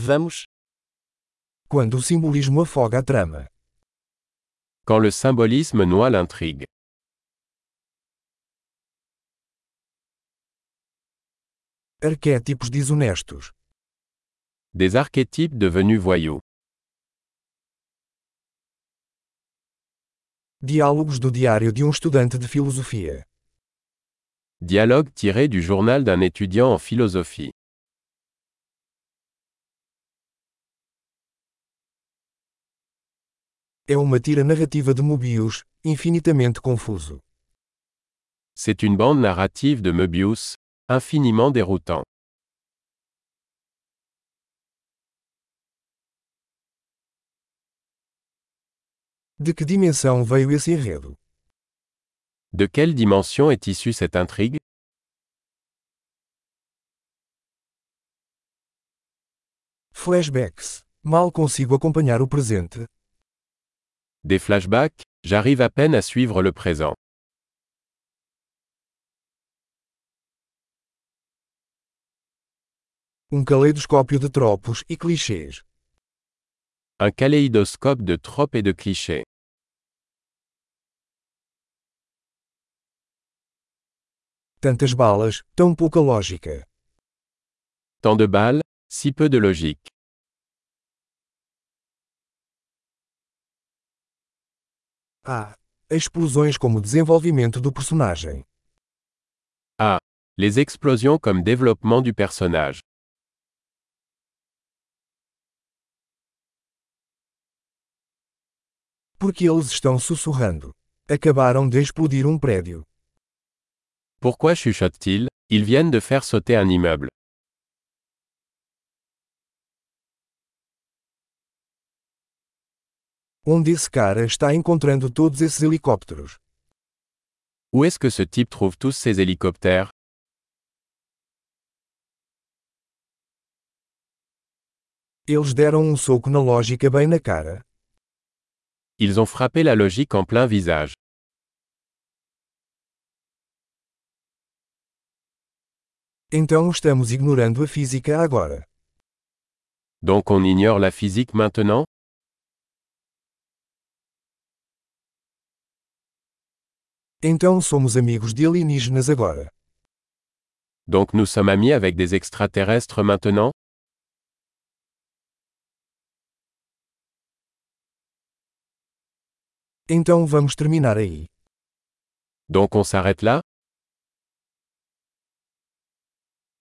Vamos. Quando o simbolismo afoga a trama. Quand le symbolisme noie l'intrigue. Arquétipos desonestos. Des archétypes devenus voyous. Diálogos do diário de um estudante de filosofia. Dialogue tiré du journal d'un étudiant en philosophie. É uma tira narrativa de Mobius, infinitamente confuso. C'est une bande narrative de Möbius, infiniment déroutant. De que dimensão veio esse enredo? De quelle dimension est issue cette intrigue Flashbacks. Mal consigo acompanhar o presente. Des flashbacks J'arrive à peine à suivre le présent. Um caleidoscópio de tropos e clichês. Un kaléidoscope de tropes et de clichés. Tantas balas, tão pouca lógica. Tant de balles, si peu de logique. Ah! Explosões como desenvolvimento do personagem. Les explosions comme développement du personnage. Porque eles estão sussurrando. Acabaram de explodir um prédio. Pourquoi chuchotent-ils Ils viennent de faire sauter un immeuble. Onde esse cara está encontrando todos esses helicópteros? Où est-ce que ce type trouve tous ces hélicoptères Eles deram um soco na lógica bem na cara. Ils ont frappé la logique en plein visage. Então estamos ignorando a física agora. Donc on ignore la physique maintenant Então somos amigos de alienígenas agora. Donc nous sommes amis avec des extraterrestres maintenant Então vamos terminar aí. Então Donc on s'arrête là